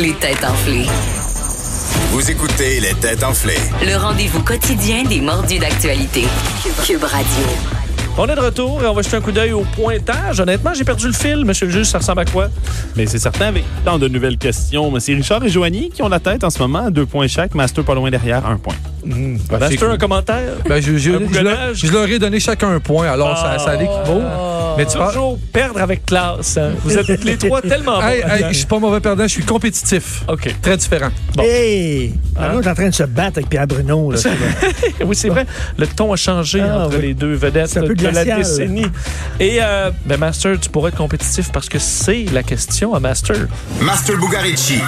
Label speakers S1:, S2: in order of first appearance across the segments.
S1: Les têtes enflées.
S2: Vous écoutez les têtes enflées.
S1: Le rendez-vous quotidien des mordus d'actualité. Cube Radio.
S3: On est de retour et on va jeter un coup d'œil au pointage. Honnêtement, j'ai perdu le fil, monsieur le juge, ça ressemble à quoi?
S4: Mais c'est certain, avec tant de nouvelles questions, mais c'est Richard et Joanie qui ont la tête en ce moment, à deux points chaque. Master pas loin derrière, un point.
S3: Master,
S5: c'est cool.
S3: un commentaire?
S5: Ben, je, je-
S3: Un
S5: je
S3: bougonnage.
S5: leur, je leur ai donné chacun un point, alors ça, ça l'équivaut. Mais tu parles.
S3: Toujours perdre avec classe. hein. Vous êtes tous les trois tellement bons.
S5: Hey, hey,
S3: là-dedans.
S5: je suis pas mauvais perdant, je suis compétitif.
S3: OK.
S5: Très différent.
S3: Bon.
S6: Hey!
S5: Hein?
S6: Arnaud est en train de se battre avec Pierre Bruno. là.
S3: Oui, c'est vrai. Le ton a changé
S6: Ah,
S3: entre
S6: oui.
S3: les deux vedettes
S6: C'est un peu
S3: de la
S6: glacial.
S3: décennie. Et, euh, ben, Master, tu pourrais être compétitif parce que c'est la question à Master.
S2: Master Bugarici.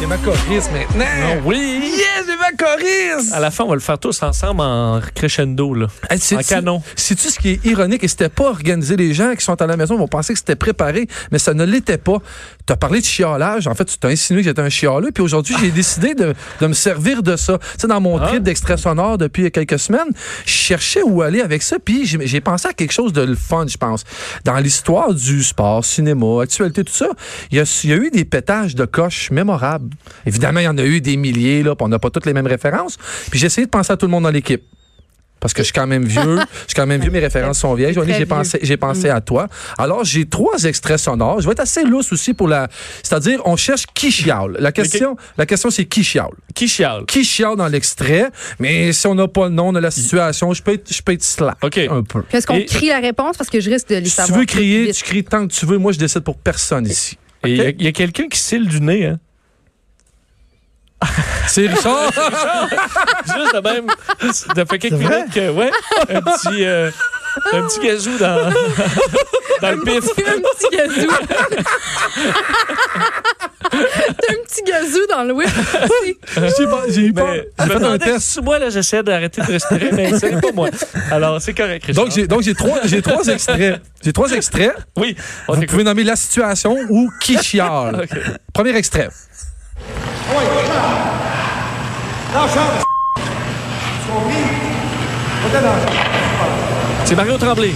S5: C'est ma choriste maintenant.
S3: Oui!
S5: Yes, c'est ma choriste!
S3: À la fin, on va le faire tous ensemble en crescendo. Là.
S5: Hey, sais-
S3: En canon.
S5: Sais-tu ce qui est ironique? Et c'était pas organisé. Les gens qui sont à la maison vont penser que c'était préparé, mais ça ne l'était pas. Tu as parlé de chiolage. En fait, tu t'as insinué que j'étais un chialeux. Puis aujourd'hui, j'ai décidé de, de me servir de ça. Tu sais, dans mon
S3: Ah.
S5: trip d'extrait sonore depuis quelques semaines, je cherchais où aller avec ça. Puis j'ai j'ai pensé à quelque chose de le fun, je pense. Dans l'histoire du sport, cinéma, actualité, tout ça, il y, a- il y a eu des pétages de coches mémorables. Évidemment, il y en a eu des milliers, là, puis on n'a pas toutes les mêmes références. Puis j'ai essayé de penser à tout le monde dans l'équipe. Parce que je suis quand même vieux. Je suis quand même vieux. Mes références sont vieilles. Joanie,
S7: très
S5: j'ai pensé, j'ai
S3: Mm.
S5: pensé à toi. Alors, j'ai trois extraits sonores. Je vais être assez lousse aussi pour la. C'est-à-dire, on cherche qui chiale. La question, la question c'est qui chiale.
S3: Qui chiale?
S5: Qui chiale dans l'extrait. Mais si on n'a pas le nom de la situation, je peux être, je peux être slack
S3: OK.
S5: un peu.
S7: Puis Est-ce qu'on
S3: Et-
S7: crie la réponse parce que je risque de les
S5: Si
S7: savoir?
S5: tu veux
S7: tout de
S5: crier,
S7: suite.
S5: tu cries tant que tu veux. Moi, je décide pour personne ici.
S3: Et il y a- il y a, quelqu'un qui cille du nez. Hein.
S5: C'est Richard.
S3: Juste de même, ça fait quelques minutes que, ouais, un petit, euh, un petit gazou dans, dans le pif.
S7: un petit gazou. T'as un petit gazou dans le whip.
S5: J'ai pas- j'ai eu peur.
S3: Mais
S5: J'ai
S3: je me
S5: fait un
S3: demandais
S5: test.
S3: si moi, là, j'essaie d'arrêter de respirer, mais ce n'est pas moi. Alors, c'est correct, Richard.
S5: Donc, j'ai, donc, j'ai trois, j'ai trois extraits. J'ai trois extraits.
S3: Oui, on
S5: Vous
S3: t'écoute.
S5: pouvez nommer la situation ou qui chiale.
S3: OK.
S5: Premier extrait.
S3: C'est Mario Tremblay.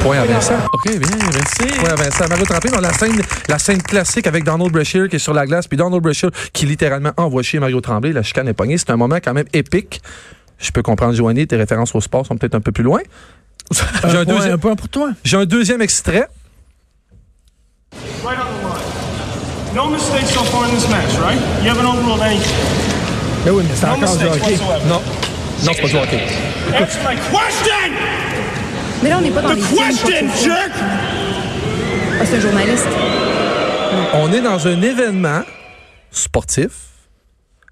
S5: Point à Vincent.
S3: OK, bien, merci.
S5: Point à Vincent. Mario Tremblay dans la scène, la scène classique avec Donald Brashear qui est sur la glace, puis Donald Brashear qui littéralement envoie chez Mario Tremblay. La chicane est pognée. C'est un moment quand même épique. Je peux comprendre, Joanie, tes références au sport sont peut-être un peu plus loin. J'ai un,
S6: Un point,
S5: deuxième,
S6: un point pour toi.
S5: j'ai un deuxième extrait.
S8: Right on the line. No mistakes so far in this match, right? You haven't overruled any.
S6: Mais Ben oui, mais c'est
S8: No
S6: encore du
S8: mistakes
S6: hockey.
S8: whatsoever.
S5: Non. Non, c'est pas du hockey.
S8: That's my question!
S7: Mais là, on n'est pas dans les
S8: The
S7: films,
S8: question,
S7: quoi que ce soit.
S8: jerk!
S7: Ah, c'est un journaliste.
S5: On est dans un événement sportif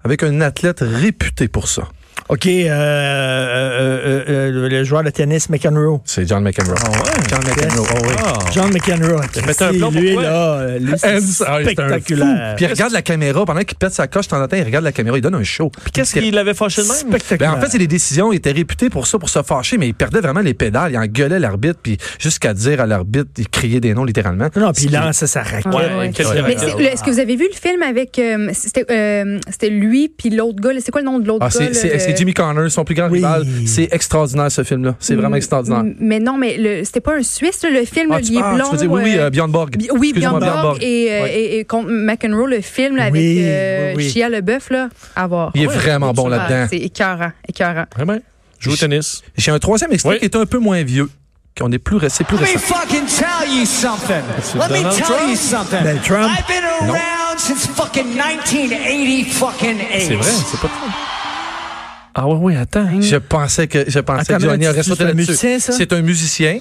S5: avec un athlète réputé pour ça.
S6: OK, euh, euh, euh, euh, le- le joueur de tennis McEnroe.
S5: C'est John McEnroe.
S6: Ah,
S5: John McEnroe. Oh oui.
S6: John McEnroe.
S3: mettais un
S6: Christy,
S3: plomb,
S6: lui,
S3: pourquoi?
S6: là, euh, lui, c'est
S5: Ah, c'est un fou.
S6: spectaculaire.
S5: Puis il regarde la caméra pendant qu'il pète sa coche, de temps en temps, il regarde la caméra, il donne un show.
S3: Qu'est-ce
S5: Puis-
S3: qu'il l'avait fâché de même?
S6: Spectaculaire.
S5: Ben, en fait, c'est des décisions. Il était réputé pour ça, pour se fâcher, mais il perdait vraiment les pédales. Il engueulait l'arbitre, puis jusqu'à dire à l'arbitre, il criait des noms littéralement.
S6: Non, non, puis il
S5: Ce qui-
S6: lance sa raquette.
S3: Ouais, quel
S7: Mais
S3: caractère.
S7: c'est- le- est-ce que vous avez vu le film avec. euh, c'était, euh, c'était lui puis l'autre gars. là? C'est quoi le nom de
S5: Ah,
S7: l'autre gars?
S5: c'est,
S7: là,
S5: c'est-
S7: le-
S5: c'est Jimmy Connors, son plus grand
S6: Oui. Mm.
S5: rival. C'est extraordinaire, ce film-là. C'est vraiment extraordinaire.
S7: M- Mm. Mais non, mais le- c'était pas un Suisse, là, le film.
S5: Ah,
S7: là,
S5: tu,
S7: il est
S5: ah, tu
S7: blond,
S5: veux dire, oui, oui,
S7: euh,
S5: euh, Bjorn Borg.
S7: Bi- Oui, Bjorn
S5: Excuse-moi, Bjorn
S7: Borg
S5: Borg.
S7: et, euh, et- et contre McEnroe, le film là, avec
S6: Oui,
S7: euh,
S6: oui, oui.
S7: Shia LaBeouf, là, à voir.
S5: Il est vraiment bon
S7: Ah,
S5: là-dedans.
S7: C'est écœurant, écœurant.
S3: Vraiment? Joue au tennis.
S5: J'ai un troisième extrait
S3: Oui.
S5: qui est un peu moins vieux. qu'on est plus, ré- c'est plus
S9: Let me
S5: récent.
S9: fucking tell you something. Let me
S3: Donald
S9: tell you something.
S6: Ben, Trump.
S9: I've been around since fucking 1980 fucking eight.
S3: C'est vrai, c'est pas Ah oui, oui, attends.
S5: Je pensais que, je pensais
S6: Attends,
S5: que Johnny
S6: mais
S5: aurait
S6: c'est
S5: sauté
S6: un
S5: là-dessus.
S6: musicien, ça?
S5: C'est un musicien.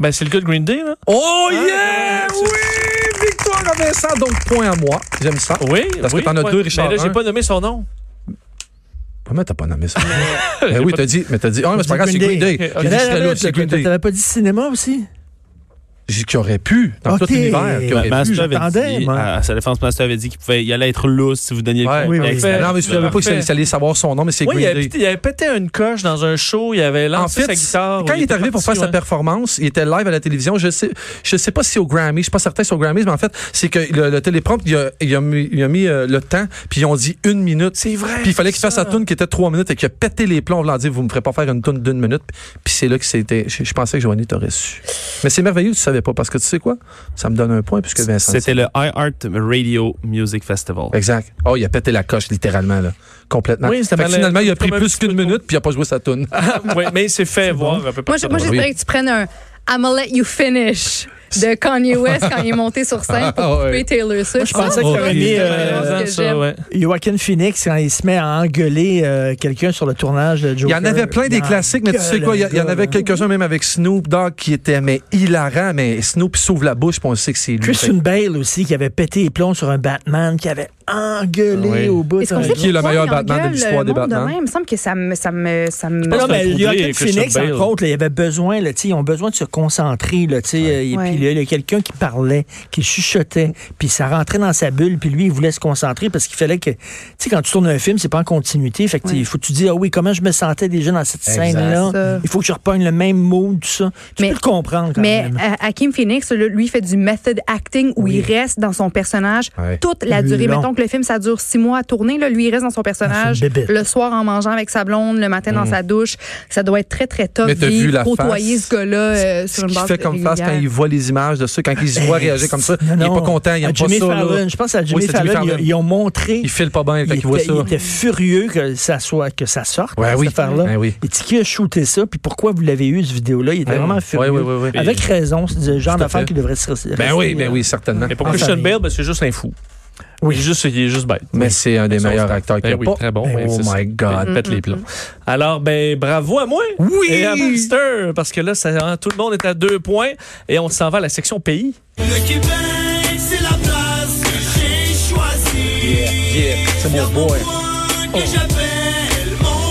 S3: Ben, c'est le gars de Green Day, là.
S6: Ah,
S5: Oh
S3: yeah!
S5: yeah! Oui! Victoire à Vincent, donc point à moi. J'aime ça.
S3: Oui,
S5: Parce que
S3: oui,
S5: t'en as
S3: ouais.
S5: deux, Richard.
S3: Mais là, j'ai
S5: un.
S3: pas nommé son nom.
S5: Comment t'as pas nommé ça? ben oui, t'as dit, mais t'as dit, ah, mais c'est pas grave, c'est Green Day.
S3: Ok,
S5: J'ai dit que c'était là,
S6: T'avais
S5: c'est Green Day.
S6: t'avais pas dit cinéma aussi?
S5: J'ai dit qu'il aurait pu, dans
S6: Ok.
S5: tout l'univers, qu'il
S6: Ben,
S5: aurait pu.
S4: Master
S6: j'attendais,
S4: avait dit,
S6: moi.
S4: à sa défense, Master avait dit qu'il pouvait y allait être lousse si vous donniez le
S5: Ouais,
S4: contexte.
S6: oui, oui.
S3: Parfait.
S5: Non, mais je savais pas
S3: Parfait.
S5: que ça allait savoir son nom, mais c'est
S3: Oui, il
S5: Green
S3: avait,
S5: Day.
S3: pété- il avait pété une coche dans un show, il avait
S5: En
S3: lancé sa
S5: fait,
S3: guitare.
S5: quand il est arrivé pour faire sa
S3: performance.
S5: performance, il était live à la télévision. Je sais, je sais pas si au Grammy, je suis pas certain si au Grammy, mais en fait, c'est que le, le téléprompte, il a, il a mis, il a mis, euh, le temps, puis ils ont dit une minute.
S3: C'est vrai,
S5: Puis il fallait qu'il
S3: ça.
S5: fasse sa tune qui était trois minutes et qu'il a pété les plombs. On l'a dit, vous me ferez pas faire une tune d'une minute. Puis c'est là que c'était. Je, je pensais que Joanie t'aurait su. Mais c'est merveilleux, tu savais pas, parce que tu sais quoi? Ça me donne un point, puisque Vincent.
S4: C'était le iHeart Radio Music Festival.
S5: Exact. Oh, il a pété la coche, littéralement, là. Complètement.
S3: Oui, c'était
S5: Fait que
S3: mal-
S5: finalement, il a
S3: comme
S5: pris
S3: un
S5: plus
S3: petit peu
S5: qu'une
S3: de-
S5: minute, puis il a pas joué sa tune.
S3: oui, mais il s'est fait voir à peu près.
S7: Moi, je- moi, j'espérais que tu prennes un I'ma let you finish de Kanye West quand il est monté sur scène pour
S5: Ah, ouais.
S7: couper Taylor Swift.
S6: je pensais que
S7: Ah,
S6: t'aurais
S7: ouais,
S6: mis,
S7: c'est
S6: euh,
S7: vraiment ce que j'aime.
S6: Joaquin Phoenix, quand il se met à engueuler euh, quelqu'un sur le tournage de
S5: Il y
S6: Joker.
S5: en avait plein des
S6: il en
S5: classiques, mais tu sais
S6: gueule,
S5: quoi, il y, a-
S6: le
S5: il y en
S6: gars,
S5: avait
S6: là.
S5: quelques-uns même avec Snoop Dogg qui était mais hilarant, mais Snoop s'ouvre la bouche, puis on sait que c'est lui.
S6: Christian Bale aussi, qui avait pété les plombs sur un Batman, qui avait engueulé
S5: Ah Oui.
S6: au bout.
S7: Est-ce qu'on
S6: de-
S7: sait
S5: Qui est le
S7: pourquoi
S5: meilleur
S7: il
S5: Batman de
S7: engueule
S5: l'histoire
S7: le
S5: des
S7: monde de
S5: Batman?
S7: même? Il me semble que ça me. Ça me, ça me...
S6: Non,
S3: pense
S6: mais
S3: que
S6: il y a
S3: Woodley et
S6: quelques Phoenix,
S3: Christian Bale.
S6: entre autres, là, il avait besoin, là, tu sais, ils ont besoin de se concentrer, là, tu sais, euh, et
S7: Ouais.
S6: puis là, il y a quelqu'un qui parlait, qui chuchotait, puis ça rentrait dans sa bulle, puis lui, il voulait se concentrer parce qu'il fallait que, tu sais, quand tu tournes un film, c'est pas en continuité, fait que, tu-
S7: Ouais.
S6: il faut que tu dis, ah oui, comment je me sentais déjà dans cette
S5: Exact.
S6: scène-là,
S7: Ça.
S6: il faut que je repogne le même mood, tout ça. Tu
S7: Mais-
S6: peux le comprendre, quand
S7: Mais
S6: même.
S7: euh, Hakim Phoenix, là, lui, fait du method acting où il reste dans son personnage
S5: Ouais.
S7: toute la durée.
S6: Long. Ah,
S7: Mettons que le film, ça dure six mois à tourner. Là, lui, il reste dans son personnage
S6: c'est une bébête. Mm.
S7: le soir en mangeant avec sa blonde, le matin dans sa douche. Ça doit être très, très top.
S5: Mais t'as
S7: vivre,
S5: vu la
S7: côtoyer
S5: face?
S7: ce gars-là euh,
S5: Ce
S7: sur une
S5: qu'il
S7: base
S5: fait comme face quand
S7: régulière.
S5: il voit les images de ça, quand il se voit réagir comme ça,
S6: Non,
S5: il est
S6: non,
S5: pas content, il
S6: à
S5: aime pas
S6: Jimmy
S5: ça. là.
S6: Fallon, je pense à Jimmy
S5: Oui, c'est
S6: Fallon,
S5: Jimmy
S6: ils-
S5: Fallon.
S6: Ils, ont montré.
S5: Il file pas bien quand il,
S6: était,
S5: voit ça.
S6: il était furieux que ça soit que ça sorte
S5: Ouais,
S6: cette
S5: oui.
S6: affaire-là.
S5: Ouais, oui.
S6: Et qui a shooté ça puis pourquoi vous l'avez eu cette vidéo-là Il était
S5: Ouais.
S6: vraiment
S5: Ouais,
S6: furieux.
S5: ouais, ouais, ouais.
S6: Avec raison, c'est le genre
S5: Tout à
S6: d'affaire
S5: fait.
S6: qui devrait se rester-
S5: Ben oui,
S6: rester,
S5: ben
S6: euh,
S5: oui, certainement.
S3: Mais pour
S6: En
S3: Christian
S6: famille.
S3: Bale, ben, c'est juste un fou.
S6: Oui.
S3: Il est juste, il est juste bête.
S5: Mais c'est un des
S3: Mais
S5: meilleurs
S3: ça,
S5: acteurs qu'il y
S3: Ben
S5: a
S3: oui,
S5: pas.
S3: très bon.
S5: Ben,
S3: ouais,
S5: oh
S3: c'est ça.
S5: my God. Mm,
S3: Il pète les plombs. Alors, ben, bravo à moi.
S5: Oui!
S3: Et à Monster, parce que là, ça, hein, tout le monde est à deux points et on s'en va à la section pays.
S9: Le Québec, c'est la place que j'ai choisie.
S5: C'est mon boy.
S9: Que j'appelle mon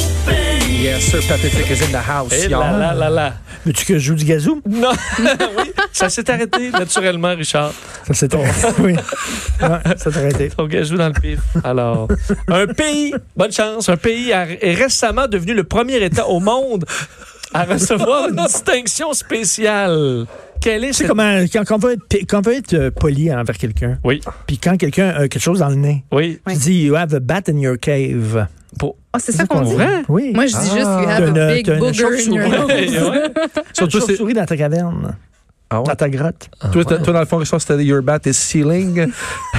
S9: pays.
S5: Yes, Sir Patrick is in the house.
S3: Et
S5: y'all.
S3: Eh là, là, là, là.
S6: Veux-tu que je joue du gazou
S3: Non, oui, ça s'est arrêté naturellement, Richard.
S6: Ça c'est ton. oui. Ouais, ça t'a arrêté.
S3: Ton gars joue dans le pif. Alors, un pays, bonne chance, un pays a- est récemment devenu le premier État au monde à recevoir une distinction spéciale. Quelle est
S6: Tu sais
S3: cette...
S6: comment quand, quand on veut être, pi- quand on veut être euh, poli envers quelqu'un,
S3: Oui,
S6: puis quand quelqu'un a quelque chose dans le nez,
S3: oui.
S7: Ouais.
S6: tu dis you have a bat in your cave.
S7: Ah, c'est ça qu'on dit.
S6: Oui.
S7: Moi, je dis juste, you
S6: Ah, T'as
S7: have
S6: une-
S7: a big
S6: t'as une
S7: booger in your
S6: chauve-souris.
S7: mouth.
S3: Ouais.
S6: Surtout
S5: Surtout, c'est-
S6: souris dans ta caverne,
S5: Ah ouais?
S6: dans ta grotte.
S5: Toi, t'as- toi, dans le fond, Richard, c'était Your Bat is Ceiling.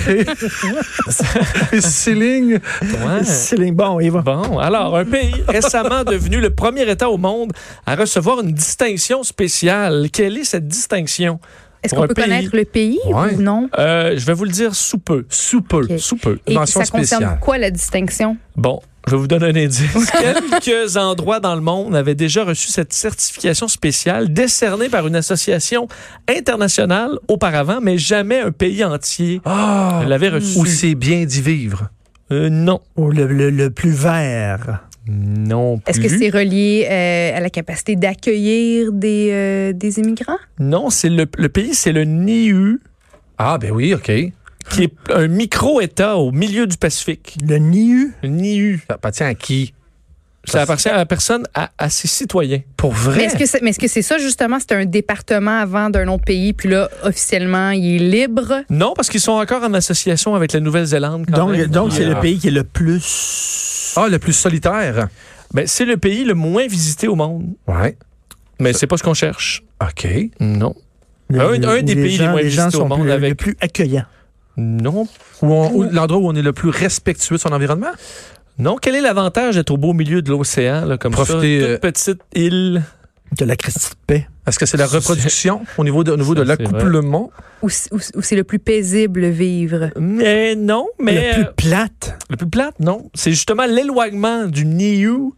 S5: Is Ceiling.
S3: Ouais.
S6: C'est les- Bon, il va.
S3: Bon, alors, un pays récemment devenu le premier État au monde à recevoir une distinction spéciale. Quelle est cette distinction?
S7: Est-ce
S3: Pour
S7: qu'on
S3: un
S7: peut
S3: pays.
S7: connaître le pays
S5: Ouais.
S7: ou non?
S3: Euh, je vais vous le dire sous peu.
S5: Sous peu.
S7: Ok.
S3: Sous peu.
S7: Et
S5: Mention
S7: ça concerne
S5: spéciale.
S7: quoi la distinction?
S3: Bon, je vais vous donner un indice. Quelques endroits dans le monde avaient déjà reçu cette certification spéciale décernée par une association internationale auparavant, mais jamais un pays entier
S5: Ah!
S3: l'avait reçue.
S5: Où c'est bien d'y vivre.
S3: Euh, non.
S6: Ou le, le- le plus vert.
S3: Non plus.
S7: Est-ce
S6: Mm-hmm.
S7: que c'est relié euh, à la capacité d'accueillir des, euh, des immigrants?
S3: Non, c'est le, le pays, c'est le NIU,
S5: Ah, ben oui, OK.
S3: qui est un micro-État au milieu du Pacifique.
S6: Le NIU.
S3: Le NIU.
S5: Ça appartient à qui?
S3: Ça appartient à la personne, à, à ses citoyens.
S5: Pour
S7: Mais
S5: vrai?
S7: est-ce que c'est mais est-ce que c'est ça, justement, c'est un département avant d'un autre pays, puis là, officiellement, il est libre?
S3: Non, parce qu'ils sont encore en association avec la Nouvelle-Zélande. quand
S6: Donc,
S3: même. Ah.
S6: donc c'est
S5: Yeah.
S6: le pays qui est le plus.
S5: Ah, le plus solitaire.
S3: Ben, c'est le pays le moins visité au monde.
S5: Ouais.
S3: Mais c'est pas ce qu'on cherche.
S5: OK.
S3: Non.
S6: le-
S3: Un- un
S6: où
S3: des pays les
S6: gens,
S3: moins
S6: gens
S3: visités au
S6: sont
S3: monde
S6: plus-
S3: avec-
S6: le plus accueillant.
S3: Non.
S5: Où on- où- l'endroit où on est le plus respectueux de son environnement?
S3: Non. Quel est l'avantage d'être au beau milieu de l'océan, là, comme
S5: Profiter,
S3: ça?
S5: euh,
S3: Toute petite île.
S6: De la Christie de paix.
S5: Est-ce que c'est la reproduction au niveau de, au niveau de
S3: Ça, c'est vrai.
S5: l'accouplement?
S7: Ou, c- ou c- ou c'est le plus paisible vivre?
S3: Mais non, mais...
S6: le
S3: euh,
S6: plus plate.
S3: le plus plate, non. C'est justement l'éloignement du NIU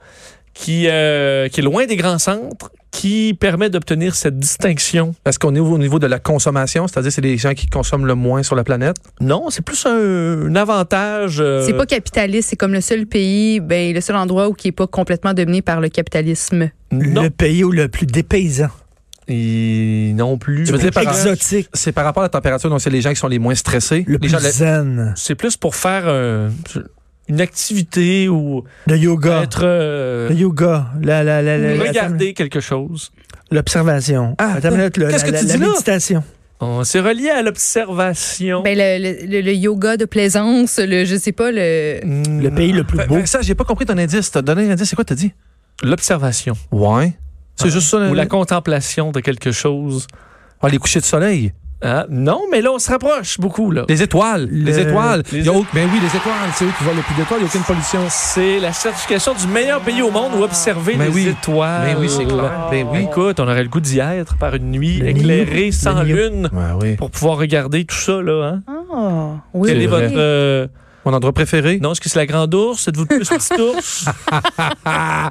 S3: qui, euh, qui est loin des grands centres qui permet d'obtenir cette distinction.
S5: Est-ce qu'on est au au niveau de la consommation? C'est-à-dire, c'est les gens qui consomment le moins sur la planète?
S3: Non, c'est plus un, un avantage... euh,
S7: C'est pas capitaliste, c'est comme le seul pays, ben, le seul endroit où qui est pas complètement dominé par le capitalisme.
S3: Non.
S6: Le pays où le plus dépaysant.
S3: ils n'ont plus.
S5: Tu veux dire par-
S6: Exotique,
S5: C'est par rapport à la température, donc c'est les gens qui sont les moins stressés.
S6: le
S5: les
S6: plus
S5: gens, le-
S6: zen,
S3: C'est plus pour faire euh, une activité ou
S6: le yoga,
S3: être euh,
S6: le yoga, la- la- la- la- la-
S3: regarder quelque chose.
S6: l'observation,
S5: Ah,
S6: Attends une minute, le-
S5: qu'est-ce
S6: la-
S5: que
S6: la-
S5: tu
S6: la
S5: dis là?
S6: méditation.
S3: On s'est relié à l'observation.
S7: Ben, le, le- le- le yoga de plaisance, le, je sais pas, le.
S5: Hmm.
S3: Mm,
S6: Le pays le plus
S5: Fait-
S6: beau.
S5: Vincent, Ben, j'ai pas compris ton indice. T'as donné un indice, c'est quoi t'as dit?
S3: L'observation
S5: Ouais. C'est juste ça,
S3: ou
S5: le-
S7: Euh.
S3: la contemplation de quelque chose.
S5: Ah, les couchers de soleil.
S3: Ah, non, mais là, on se rapproche beaucoup. Là.
S5: Les étoiles. Les étoiles.
S3: les
S5: Il y a
S3: é-
S5: au- Ben oui, les étoiles. C'est eux qui volent le plus d'étoiles. Il n'y a aucune pollution.
S3: C'est la certification du meilleur pays au monde où observer
S5: Mais
S3: les
S5: oui.
S3: étoiles.
S5: Mais oui, c'est
S3: Ah.
S5: clair. Ben oui.
S3: Écoute, on aurait le goût d'y être par une nuit
S6: Le
S3: éclairée,
S6: Nil.
S3: sans
S6: Le Nil.
S3: lune,
S5: Ouais, Ben oui.
S3: pour pouvoir regarder tout ça. Là, hein?
S7: Ah, oui.
S3: Quel
S5: C'est
S3: est
S5: vrai.
S3: votre... euh,
S5: Mon endroit préféré?
S3: non, est-ce que c'est la grande ours? Êtes-vous plus petit ours? Hein?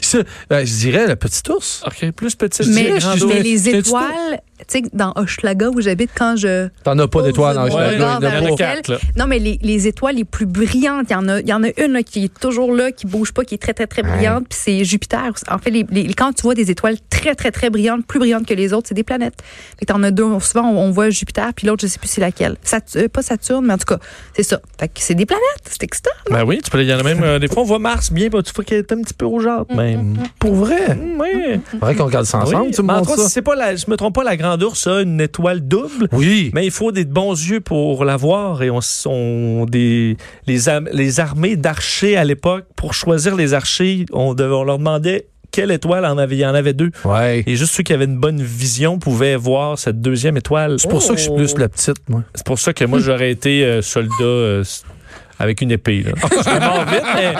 S5: C'est- ben, je dirais le petit ours.
S3: OK, plus petit.
S7: Mais,
S3: c'est grande
S7: mais
S3: ours.
S7: les
S5: C'est-tu
S7: étoiles, tu sais, dans Hochelaga où j'habite, quand je.
S5: T'en as pas
S7: pose
S5: d'étoiles dans
S7: mon
S3: Hochelaga,
S7: regard
S3: il y en a
S7: vers le
S3: quatre,
S7: ciel-
S3: là.
S7: Non, mais les, les étoiles les plus brillantes, il y en a, il y en a une là, qui est toujours là, qui bouge pas, qui est très, très, très brillante, puis c'est Jupiter. En fait, les, les- quand tu vois des étoiles très, très, très brillantes, plus brillantes que les autres, c'est des planètes. Fait que t'en as deux, on- souvent on, on voit Jupiter, puis l'autre, je sais plus c'est laquelle. Sat- euh, pas Saturne, mais en tout cas, c'est ça. Fait que c'est des planètes, c'est excitant.
S3: Ben oui, tu peux, il y en a même. euh, des fois, on voit Mars bien, ben, tu vois qu'elle est un petit peu rougeâtre,
S5: Mm,
S3: même.
S5: Pour vrai?
S3: Mm, oui.
S5: C'est vrai qu'on regarde ça ensemble,
S3: Oui. Bah,
S5: tu me
S3: Mais en
S5: montres
S3: tout cas,
S5: ça?
S3: si c'est pas la, je me trompe pas, la grande ours a une étoile double.
S5: Oui.
S3: Mais il faut des bons yeux pour la voir et on, s- on- des les, am- les armées d'archers à l'époque pour choisir les archers, on, devait- on leur demandait quelle étoile en avait, il y en avait deux.
S5: Ouais.
S3: Et juste ceux qui avaient une bonne vision pouvaient voir cette deuxième étoile.
S5: C'est pour ça que je suis
S3: Oh.
S5: plus la petite, moi.
S3: C'est pour ça que moi j'aurais été euh, soldat euh, s- avec une épée. Là. Je serais mort vite, mais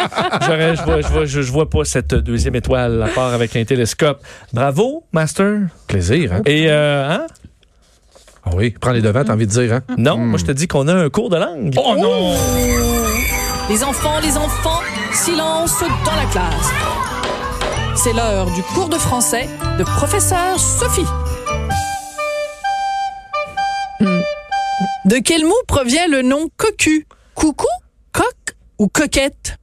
S3: j'aurais- je vois, je vois- je- je vois pas cette deuxième étoile à part avec un télescope. Bravo, Master.
S5: Plaisir, hein?
S3: Et euh, hein?
S5: Ah oui, prends les devants, t'as envie de dire, hein?
S3: Non, moi je te dis qu'on a un cours de langue.
S5: Oh non!
S10: Les enfants, les enfants, silence dans la classe. C'est l'heure du cours de français de professeur Sophie. Hmm. De quel mot provient le nom cocu Coucou, coq ou coquette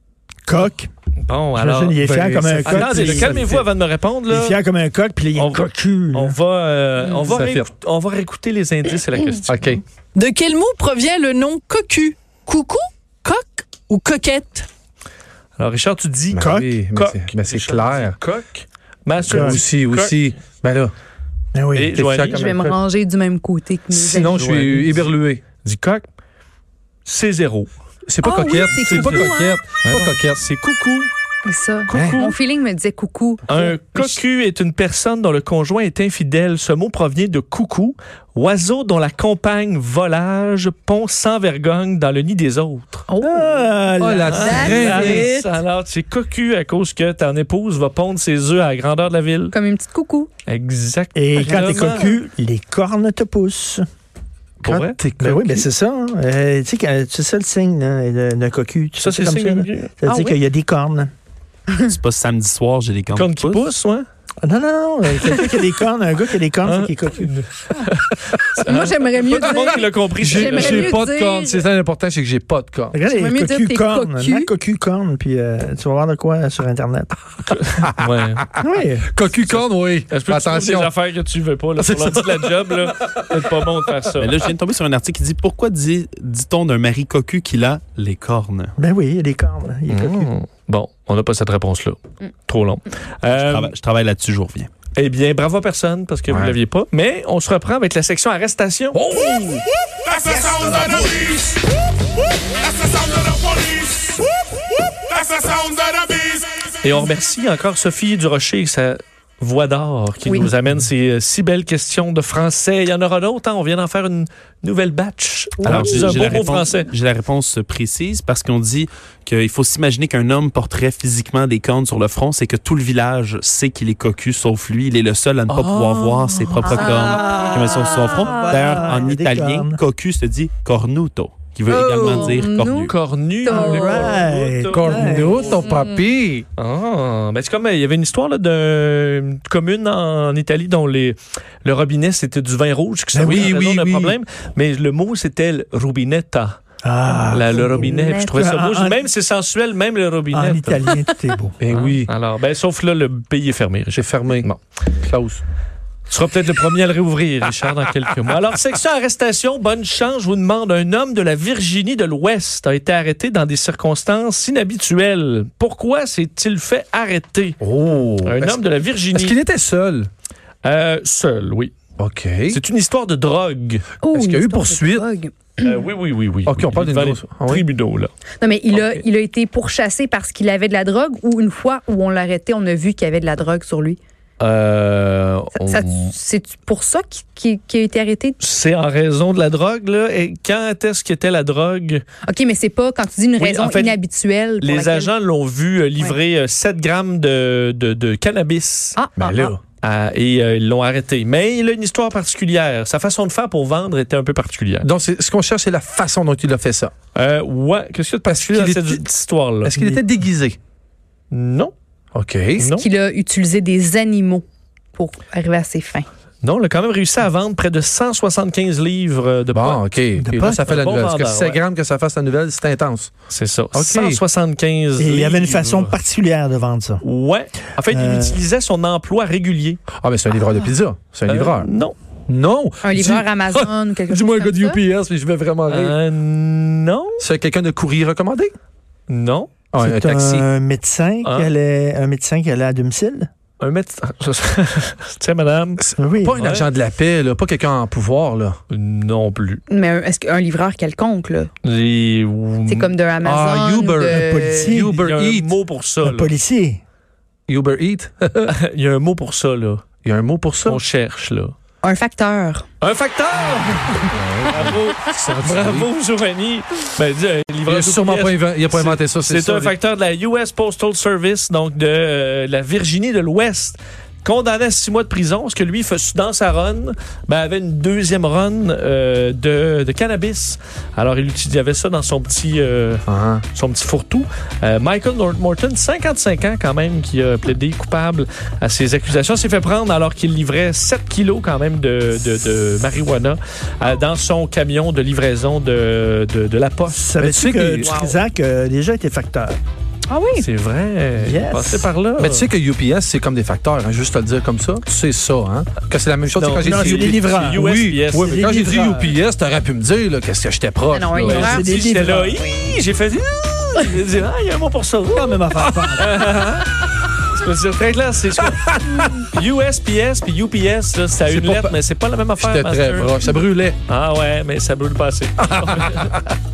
S6: Coq.
S3: Bon, alors.
S6: J'imagine, il est fier
S5: ben,
S6: comme
S5: ça-
S6: un coq.
S3: Attendez,
S6: puis-
S3: calmez-vous avant de me répondre.
S6: Il
S3: Là.
S6: est fier comme un coq, puis là, il
S3: On
S6: est
S3: va-
S6: cocu. là.
S3: On va, euh, on, va
S5: hein. Ça
S3: réécou-
S5: fait.
S3: on va réécouter les indices et la question.
S5: OK.
S10: De quel mot provient le nom cocu Coucou, coq ou coquette
S3: Alors, Richard, tu dis
S5: Ben
S3: coq.
S5: oui, mais
S3: coq.
S5: c'est- mais c'est
S3: Richard
S5: clair.
S3: dit Coq. Master.
S6: Coq.
S5: Aussi, aussi. Ben là,
S6: Ben oui.
S3: Et
S5: t'es fier
S3: Joanie
S5: comme
S7: Je vais me ranger du même côté que mes
S5: sinon, je suis éberlué.
S3: dit coq. C'est zéro.
S5: C'est pas
S7: Ah oui,
S5: coquette.
S7: c'est
S5: C'est pas
S7: coucou, hein?
S5: coquette. C'est pas coquette.
S3: C'est coucou.
S7: amis. Ça.
S5: Coucou.
S7: Mon feeling me disait coucou.
S3: Un cocu est une personne dont le conjoint est infidèle. Ce mot provient de coucou, oiseau dont la compagne volage pond sans vergogne dans le nid des autres. Ah,
S7: Oh.
S6: Ah,
S5: Oh
S6: là.
S5: la
S7: That's
S5: traînée!
S7: it.
S3: Alors, c'est cocu à cause que ton épouse va pondre ses œufs à la grandeur de la ville.
S7: Comme une petite coucou.
S3: Exact.
S6: Et quand t'es
S3: Ah, Vraiment.
S6: cocu, les cornes te poussent.
S3: Pour vrai?
S5: t'es
S6: Ben oui,
S5: coquille.
S6: ben c'est ça. hein. Euh, tu sais, quand- c'est ça le signe là, de- d'un cocu. Tu
S3: Ça,
S6: sais
S3: c'est
S6: comme
S3: signe.
S6: là. Ça veut
S3: Ah
S6: dire
S3: oui.
S6: qu'il y a des cornes.
S4: C'est pas samedi soir, j'ai les cornes,
S3: Corne qui pousse, ouais.
S6: Non, non, non. euh, Quelqu'un qui a des cornes, un gars qui a des cornes,
S3: Hein?
S6: c'est qu'il est cocu.
S7: Moi, j'aimerais mieux
S3: Pas
S5: Ah,
S3: tout le monde
S7: dire-
S3: qui l'a compris.
S5: J'ai
S7: J'aimerais
S5: j'ai
S7: mieux
S5: pas de
S7: dire-
S5: cornes. C'est ça l'important, c'est que j'ai pas de cornes.
S6: Regarde
S7: J'aimerais mieux
S6: les
S7: dire
S6: cocu
S7: t'es
S6: cornes.
S7: cocu.
S6: Hein, cocu cornes, puis euh, tu vas voir de quoi sur Internet.
S3: Ouais.
S6: Oui.
S5: Cocu cornes, oui.
S3: Est-ce que tu trouves
S5: Attention.
S3: des affaires que tu veux pas là, sur l'ordi de la job, là? C'est pas bon de faire ça.
S4: Mais là, je viens de tomber sur un article qui dit Pourquoi dit- dit-on d'un mari cocu qu'il a les cornes
S6: Ben oui, il y a des cornes. Il est cocu.
S3: Hmm. Bon, on n'a pas cette réponse-là. Trop long.
S4: Je
S3: Euh,
S4: travaille- Je travaille là-dessus, je vous reviens.
S3: eh bien, bravo à personne parce que vous ne
S5: Ouais.
S3: l'aviez pas. Mais on se reprend avec la section arrestation.
S9: That's the sound of the beast. That's the sound of the police. That's the sound of the beast.
S3: Et on remercie encore Sophie Durocher et sa voix d'or qui
S7: Oui.
S3: nous amène ces euh, si belles questions de français. Il y en aura d'autres. hein. On vient d'en faire une nouvelle batch. Alors,
S4: j'ai
S3: c'est un
S4: j'ai
S3: beau
S4: la,
S3: mot
S4: réponse-
S3: français.
S4: j'ai la réponse précise parce qu'on dit qu'il faut s'imaginer qu'un homme porterait physiquement des cornes sur le front, c'est que tout le village sait qu'il est cocu, sauf lui. Il est le seul à ne pas pouvoir
S3: Ah.
S4: voir ses propres cornes qui sont sur son front.
S6: voilà.
S4: D'ailleurs, en
S6: Il y a des
S4: italien,
S6: cornes.
S4: cocu se dit cornuto, qui
S3: Oh.
S4: veut également dire
S7: cornu.
S4: cornu.
S3: Cornu.
S7: All
S6: right.
S3: Cornu.
S5: Corneau, ton papy.
S3: Ah, ben c'est comme euh, il y avait une histoire là, d'une commune en Italie dont les, le robinet c'était du vin rouge qui
S5: Ben
S3: servait
S5: oui,
S3: à résoudre
S5: oui,
S3: un
S5: oui.
S3: problème, mais le mot c'était le rubinetta.
S6: Ah,
S3: La- le robinet. Puis Je trouvais ça beau.
S6: Ah, ah,
S3: Même c'est sensuel, même le robinet.
S6: en italien, tout est beau.
S5: Ben oui.
S3: Alors, ben, sauf là, le pays est fermé. Richard.
S5: J'ai fermé.
S3: Bon.
S5: Close.
S3: Tu seras peut-être le premier à le réouvrir, Richard, dans quelques mois. Alors, section arrestation, bonne chance, je vous demande. Un homme de la Virginie de l'Ouest a été arrêté dans des circonstances inhabituelles. Pourquoi s'est-il fait arrêter?
S5: Oh.
S3: Un
S5: Est-ce-
S3: homme de la Virginie.
S5: Est-ce qu'il était seul?
S3: Euh, seul, oui.
S5: OK.
S3: C'est une histoire de drogue.
S7: Oh,
S5: Est-ce qu'il y a eu
S7: une histoire de
S5: poursuite?
S7: drogue.
S3: Euh, oui, oui, oui, oui.
S5: OK, on
S3: Oui, il
S5: parle d'une
S3: va aller
S5: grosse-
S3: au
S5: Ah oui?
S3: tribunaux, là.
S7: Non, mais il, a,
S3: Ok.
S7: il a été pourchassé parce qu'il avait de la drogue ou une fois où on l'a arrêté, on a vu qu'il y avait de la drogue sur lui.
S3: Euh,
S7: Ça-
S3: on-
S7: ça- C'est pour ça qu'il qu'il- qu'il a été arrêté?
S3: C'est en raison de la drogue, là. Et quand est-ce qu'était la drogue?
S7: OK, mais c'est pas quand tu dis une
S3: Oui,
S7: raison
S3: en fait,
S7: inhabituelle. pour
S3: Les
S7: laquelle-
S3: agents l'ont vu euh, livrer euh, 7 grammes de, de, de cannabis.
S7: Ah, ah, ah.
S3: Ah, et euh, ils l'ont arrêté. Mais il a une histoire particulière. Sa façon de faire pour vendre était un peu particulière.
S5: Donc, c'est- ce qu'on cherche, c'est la façon dont il a fait ça.
S3: Euh, ouais, qu'est-ce qu'il y a de particulier dans
S5: Parce qu'il
S3: cette
S5: était-
S3: histoire-là?
S5: Est-ce qu'il était déguisé?
S3: Non,
S5: OK.
S3: non.
S7: qu'il a utilisé des animaux pour arriver à ses fins.
S3: Non, il a quand même réussi à vendre près de 175 livres euh, de pot.
S5: Bon, OK. Et là,
S6: pas-
S5: ça fait la
S3: Bon
S5: nouvelle. Parce que
S3: vendeur,
S5: 7
S3: ouais.
S5: grammes que ça fasse la nouvelle, c'est intense.
S3: C'est ça.
S5: OK.
S3: 175
S6: Et il y avait une
S3: livres.
S6: façon particulière de vendre ça.
S3: Ouais. En fait, il
S6: Euh,
S3: utilisait son emploi régulier.
S5: Ah, mais c'est un livreur de pizza. C'est un
S3: Euh,
S5: livreur.
S3: Non.
S5: Non.
S7: Un livreur
S3: Ah,
S7: Amazon ou quelque chose.
S5: Dis-moi un
S7: comme
S5: gars de
S7: ça.
S5: UPS, mais je vais vraiment rire.
S3: Euh, non.
S5: Euh, C'est quelqu'un de courrier recommandé?
S3: Non.
S5: Ah,
S6: C'est
S5: un taxi.
S6: un médecin
S3: Hein?
S6: qui allait, un médecin qui allait à domicile.
S3: Un médecin. Tiens, madame.
S6: Oui.
S5: Pas un
S3: Ouais.
S5: agent de la paix, là. Pas quelqu'un en pouvoir, là.
S3: Non plus.
S7: Mais un- est-ce qu'un livreur quelconque, là?
S3: Les-
S7: C'est comme de Amazon.
S5: Ah, Uber,
S7: ou
S5: un
S7: de...
S6: policier.
S3: Il y a Mm. un
S5: Uber Eats.
S3: mot pour ça.
S6: Un
S3: là.
S6: policier.
S5: Uber Eat.
S3: Il y a un mot pour ça, là.
S5: Il y a un mot pour ça.
S3: On cherche, là.
S7: Un facteur.
S3: Un facteur! Bravo! Bravo, Giovanni! Ben, dis, un
S5: Il
S3: livreur
S5: a sûrement
S3: d'ouvriers.
S5: pas, inven- il a pas inventé ça.
S3: C'est
S5: ça,
S3: un
S5: les-
S3: facteur de la US Postal Service, donc de euh, la Virginie de l'Ouest. Condamné à six mois de prison, parce que lui, fa- dans sa run, ben, avait une deuxième run euh, de, de cannabis. Alors, il utilisait ça dans son petit, euh,
S5: Ah.
S3: son petit fourre-tout. Euh, Michael Nor- Morton, 55 ans quand même, qui a plaidé coupable à ces accusations, s'est fait prendre alors qu'il livrait 7 kilos quand même de, de, de marijuana euh, dans son camion de livraison de, de, de la poste.
S5: Mais tu sais
S6: Savais-tu que
S5: que-
S6: Trisac a déjà été facteur?
S7: Ah oui?
S3: C'est vrai.
S6: Yes.
S3: Il est passé par là.
S5: Mais tu sais que UPS, c'est comme des facteurs, hein, juste te le dire comme ça. Tu sais ça, hein? Que c'est la même chose que
S3: Non,
S5: quand j'ai
S6: non,
S5: dit
S6: c'est les
S5: UPS.
S6: livreurs.
S3: USPS.
S5: Oui, oui, mais
S6: C'est
S5: quand
S6: les
S5: j'ai dit
S6: livreurs.
S5: UPS, t'aurais pu me dire, là, qu'est-ce que j'étais proche.
S7: Ah non,
S5: là.
S7: un livreur.
S3: Si
S6: c'est des
S3: j'étais là,
S6: livreurs.
S3: Hi, j'ai fait, Hi, j'ai dit, ah, il y a un mot pour ça.
S6: Pas même affaire.
S3: Je peux te dire très clair, c'est ça. USPS puis UPS, là, ça a
S5: C'est
S3: une
S5: pas
S3: lettre,
S5: pa-
S3: mais c'est pas la même affaire. Ah
S5: J'étais très
S3: master.
S5: proche. Ça brûlait.
S3: Ah ouais, mais ça brûle pas assez.